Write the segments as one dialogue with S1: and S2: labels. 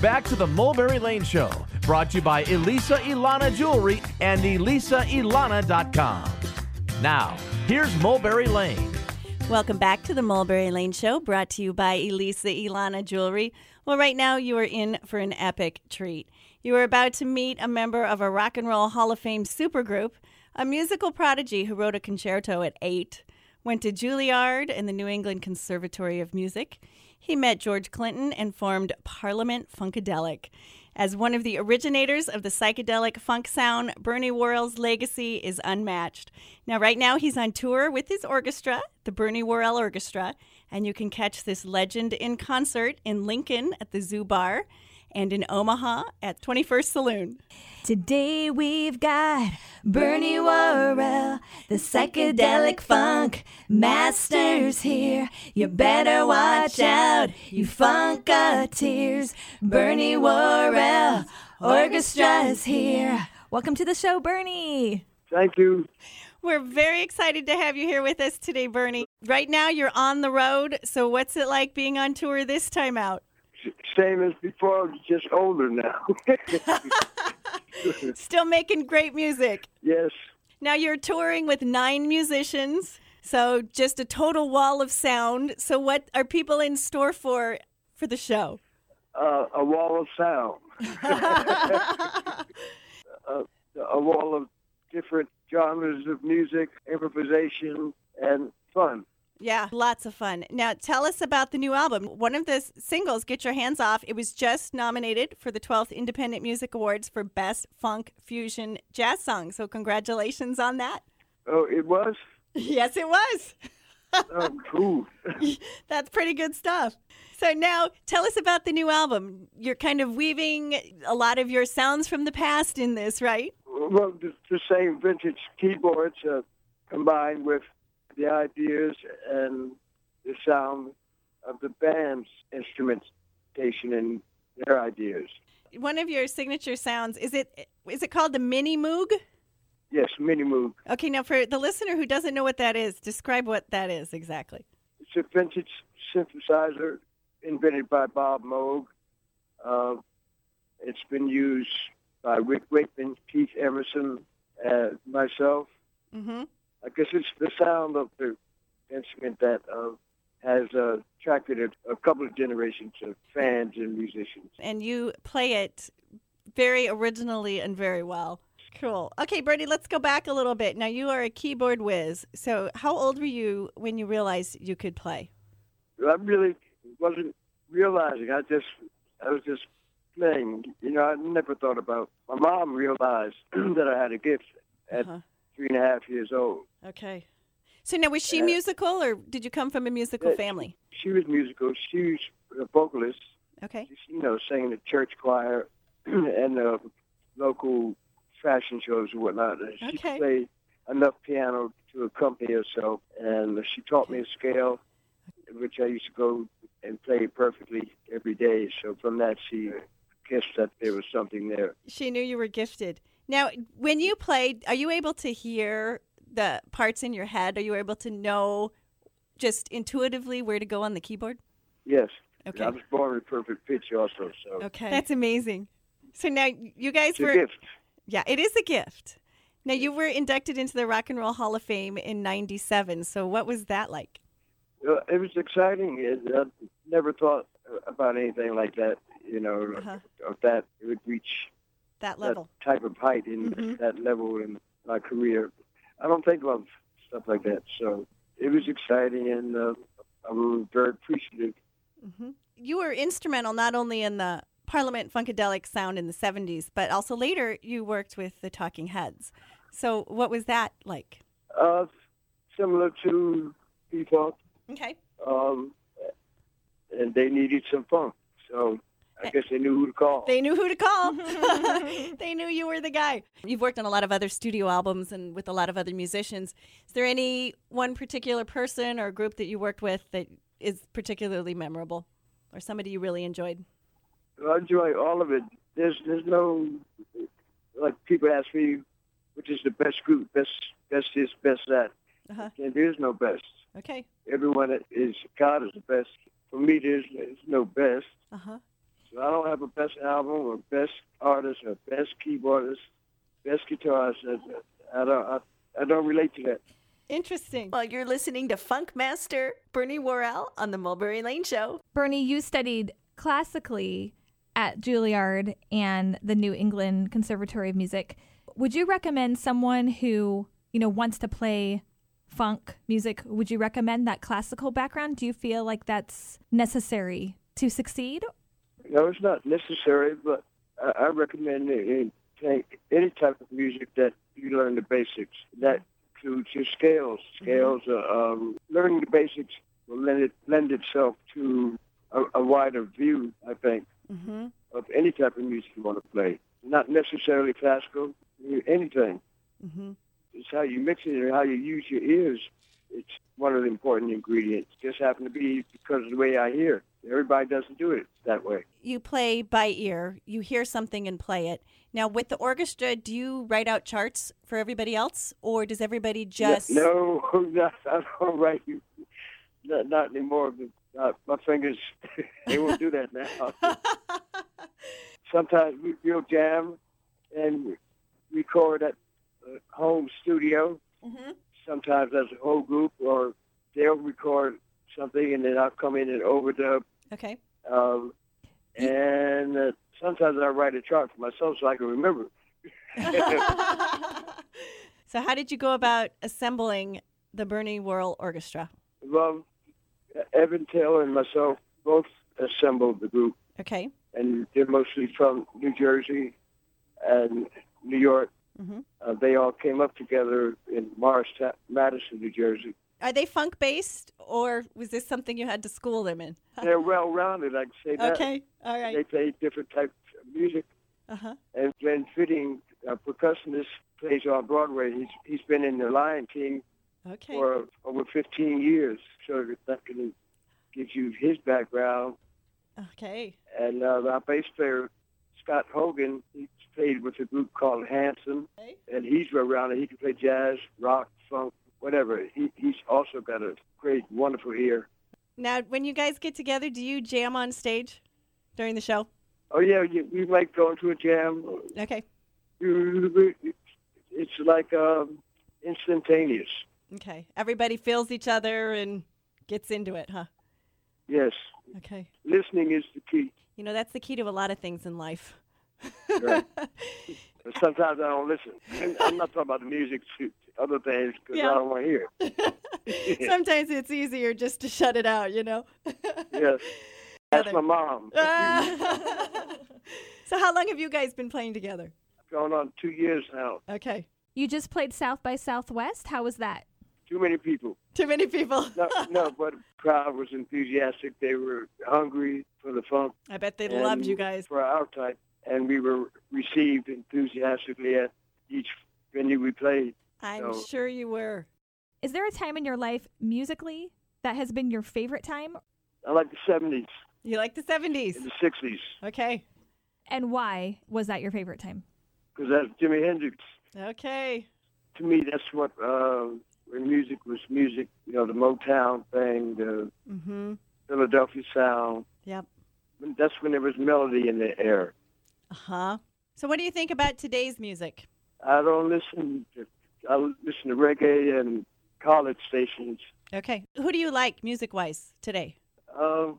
S1: back to the Mulberry Lane Show, brought to you by Elisa Ilana Jewelry and ElisaIlana.com. Now, here's Mulberry Lane.
S2: Welcome back to the Mulberry Lane Show, brought to you by Elisa Ilana Jewelry. Well, right now you are in for an epic treat. You are about to meet a member of a Rock and Roll Hall of Fame supergroup, a musical prodigy who wrote a concerto at eight, went to Juilliard and the New England Conservatory of Music. He met George Clinton and formed Parliament Funkadelic. As one of the originators of the psychedelic funk sound, Bernie Worrell's legacy is unmatched. Now, right now, he's on tour with his orchestra, the Bernie Worrell Orchestra, and you can catch this legend in concert in Lincoln at the Zoo Bar and in Omaha at 21st Saloon.
S3: Today we've got Bernie Worrell, the psychedelic funk masters here. You better watch out, you funketeers. Bernie Worrell, orchestra's here. Welcome to the show, Bernie.
S4: Thank you.
S2: We're very excited to have you here with us today, Bernie. Right now, you're on the road, so what's it like being on tour this time out?
S4: Same as before, just older now.
S2: Still making great music.
S4: yes,
S2: Now you're touring with nine musicians, so just a total wall of sound. So what are people in store for for the show?
S4: uh, a wall of sound, a, a wall of different genres of music, improvisation, and fun.
S2: Yeah, lots of fun. Now tell us about the new album. One of the s- singles, Get Your Hands Off, it was just nominated for the 12th Independent Music Awards for Best Funk Fusion Jazz Song. So congratulations on that.
S4: Oh, it was?
S2: Yes, it was.
S4: Oh, cool.
S2: That's pretty good stuff. So now tell us about the new album. You're kind of weaving a lot of your sounds from the past in this, right?
S4: well, the, the same vintage keyboards uh, combined with the ideas and the sound of the band's instrumentation and their ideas.
S2: One of your signature sounds is it is it called the mini moog?
S4: Yes, Mini Moog.
S2: Okay, now for the listener who doesn't know what that is, describe what that is exactly.
S4: It's a vintage synthesizer invented by Bob Moog. Uh, it's been used by Rick Wakeman, Keith Emerson, uh, myself.
S2: hmm
S4: I guess it's the sound of the instrument that uh, has uh, attracted a, a couple of generations of fans and musicians.
S2: And you play it very originally and very well. Cool. Okay, Bernie, let's go back a little bit. Now you are a keyboard whiz. So how old were you when you realized you could play?
S4: I really wasn't realizing. I just, I was just playing. You know, I never thought about. My mom realized that I had a gift at
S2: Uh-huh.
S4: three and a half years old.
S2: Okay. So now, was she
S4: Uh,
S2: musical, or did you come from a musical
S4: uh,
S2: family?
S4: she was musical. She was a vocalist.
S2: Okay.
S4: She, you know, sang in the church choir and uh, local fashion shows and whatnot. And she
S2: Okay.
S4: played enough piano to accompany herself, and she taught me a scale, which I used to go and play perfectly every day. So from that, she guessed that there was something there.
S2: She knew you were gifted. Now, when you played, are you able to hear the parts in your head? Are you able to know just intuitively where to go on the keyboard?
S4: Yes.
S2: Okay.
S4: I was born with perfect pitch also, so
S2: Okay. That's amazing. So now you guys
S4: it's a
S2: were
S4: gift.
S2: Yeah, it is a gift. Now you were inducted into the Rock and Roll Hall of Fame in 97. So what was that like?
S4: Uh, it was exciting. It, I never thought uh, about anything like that, you know,
S2: Uh-huh.
S4: of that. It would reach
S2: That level.
S4: that type of height in
S2: Mhm.
S4: that level in my career. I don't think about stuff like that. So it was exciting, and uh, I'm very appreciative.
S2: hmm You were instrumental not only in the Parliament Funkadelic sound in the 70s, but also later you worked with the Talking Heads. So what was that like?
S4: Uh, similar to people,
S2: Okay.
S4: um, and they needed some funk. So I guess they knew who to call.
S2: Eh. They knew who to call. they knew you were the guy. You've worked on a lot of other studio albums and with a lot of other musicians. Is there any one particular person or group that you worked with that is particularly memorable or somebody you really enjoyed?
S4: I enjoy all of it. There's there's no like people ask me which is the best group, best best this, best that.
S2: Uh-huh.
S4: And there is no best.
S2: Okay.
S4: Everyone is God is the best. For me, there's, there's no best.
S2: Uh huh.
S4: So So I don't have a best album or best artist or best keyboardist, best guitarist. I, I don't. I, I don't relate to that.
S2: Interesting.
S5: Well, you're listening to Funk Master Bernie Worrell on the Mulberry Lane Show.
S3: Bernie, you studied classically at Juilliard and the New England Conservatory of Music. Would you recommend someone who, you know, wants to play funk music, would you recommend that classical background? Do you feel like that's necessary to succeed?
S4: No, it's not necessary, but I, I recommend any, any type of music that you learn the basics. That includes your scales. Scales, are, um, learning the basics will lend, it, lend itself to a, a wider view, I think,
S2: Mhm.
S4: of any type of music you want to play. Not necessarily classical, anything.
S2: hmm
S4: It's how you mix it and how you use your ears. It's one of the important ingredients. Just happen to be because of the way I hear. Everybody doesn't do it that way.
S2: You play by ear. You hear something and play it. Now, with the orchestra, do you write out charts for everybody else, or does everybody just?
S4: No, not, I don't write you. Not, not anymore. But, uh, my fingers, they won't do that now. Sometimes we, we'll jam and record at uh, home studio.
S5: Mhm.
S4: Sometimes as a whole group, or they'll record something and then I'll come in and overdub
S2: Okay.
S4: Um, and uh, sometimes I write a chart for myself so I can remember.
S2: so, how did you go about assembling the Bernie Worrell Orchestra?
S4: Well, Evan Taylor and myself both assembled the group,
S2: Okay.
S4: and they're mostly from New Jersey and New York.
S2: Mhm.
S4: Uh, they all came up together in Morristown, Madison, New Jersey.
S2: Are they funk based, or was this something you had to school them in?
S4: They're well-rounded, I can say that.
S2: okay. All
S4: They
S2: right.
S4: play different types of music.
S2: Uh huh.
S4: And Glenn Fitting, a percussionist, plays on Broadway. He's, he's been in The Lion King
S2: Okay.
S4: for over 15 years. So that can give you his background.
S2: Okay.
S4: And uh, our bass player, Scott Hogan, he's played with a group called Hanson.
S2: Okay.
S4: And he's around it. He can play jazz, rock, funk, whatever. He, he's also got a great, wonderful ear.
S2: Now, when you guys get together, do you jam on stage during the show?
S4: Oh, yeah, you, we like going to a jam.
S2: Okay.
S4: It's like um, instantaneous.
S2: Okay. Everybody feels each other and gets into it, huh?
S4: Yes.
S2: Okay.
S4: Listening is the key.
S2: You know, that's the key to a lot of things in life.
S4: Right. But sometimes I don't listen. And I'm not talking about the music, to other things, because
S2: Yeah.
S4: I don't want to hear it.
S2: Sometimes it's easier just to shut it out, you know?
S4: Yes. That's my mom.
S2: Ah. so, how long have you guys been playing together?
S4: Going on two years now.
S2: Okay.
S3: You just played South by Southwest. How was that?
S4: Too many people.
S2: Too many people.
S4: No, no, but the crowd was enthusiastic. They were hungry for the funk.
S2: I bet they
S4: and
S2: loved you guys.
S4: For our type. And we were received enthusiastically at each venue we played.
S2: I'm
S4: so-
S2: sure you were.
S3: Is there a time in your life musically that has been your favorite time
S4: I like the 70s
S2: You like the 70s.
S4: and the 60s,
S2: Okay.
S3: and why was that your favorite time?
S4: because that's Jimi Hendrix.
S2: Okay.
S4: to me, that's what uh, when music was music. You know, the Motown thing, the
S2: Mm-hmm.
S4: Philadelphia sound.
S2: Yep.
S4: When- That's when there was melody in the air.
S2: Uh huh. So, what do you think about today's music?
S4: I don't listen. To, I listen to reggae and college stations.
S2: Okay. Who do you like music wise today?
S4: Um,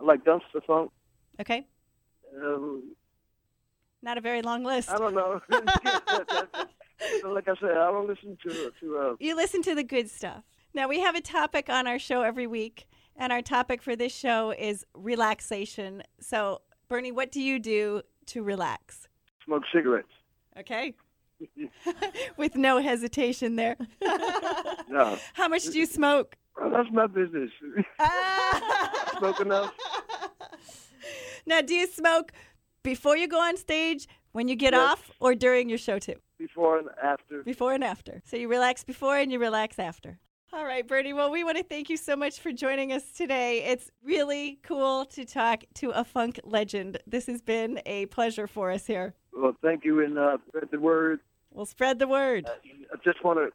S4: I like dumpster funk.
S2: Okay.
S4: Um,
S2: Not a very long list.
S4: I don't know. like I said, I don't listen to to. Uh,
S2: You listen to the good stuff. Now, we have a topic on our show every week, and our topic for this show is relaxation. So, Bernie, what do you do to relax?
S4: smoke cigarettes.
S2: Okay. With no hesitation there.
S4: No,
S2: How much do you smoke?
S4: that's my business.
S2: Ah.
S4: smoke enough.
S2: now, do you smoke before you go on stage, when you get
S4: Yes.
S2: off, or during your show, too?
S4: Before and after.
S2: before and after. So you relax before and you relax after. All right, Bernie. Well, we want to thank you so much for joining us today. It's really cool to talk to a funk legend. This has been a pleasure for us here.
S4: Well, thank you, and uh, spread the word. Uh,
S2: We'll spread the word.
S4: I just want to,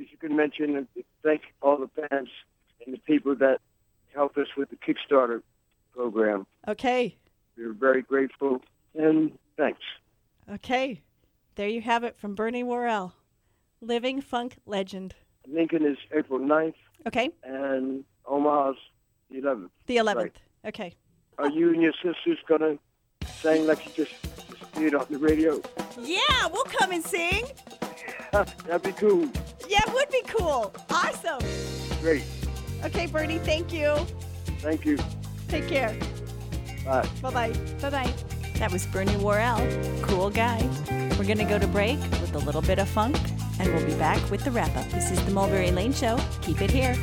S4: if you can mention, and thank all the fans and the people that helped us with the Kickstarter program.
S2: Okay.
S4: We're very grateful and thanks.
S2: Okay. There you have it from Bernie Worrell, living funk legend.
S4: Lincoln is April 9th
S2: Okay.
S4: and Omaha's the 11th.
S2: The 11th.
S4: Right.
S2: Okay.
S4: Are you and your sisters going to sing like you just, just did on the radio?
S2: Yeah, we'll come and sing.
S4: That'd be cool.
S2: Yeah, it would be cool. Awesome.
S4: Great.
S2: Okay, Bernie, thank you.
S4: Thank you.
S2: Take care.
S4: Bye.
S2: Bye bye.
S3: Bye bye.
S5: That was Bernie Worrell, cool guy. We're going to go to break with a little bit of funk, and we'll be back with the wrap up. This is the Mulberry Lane Show. Keep it here.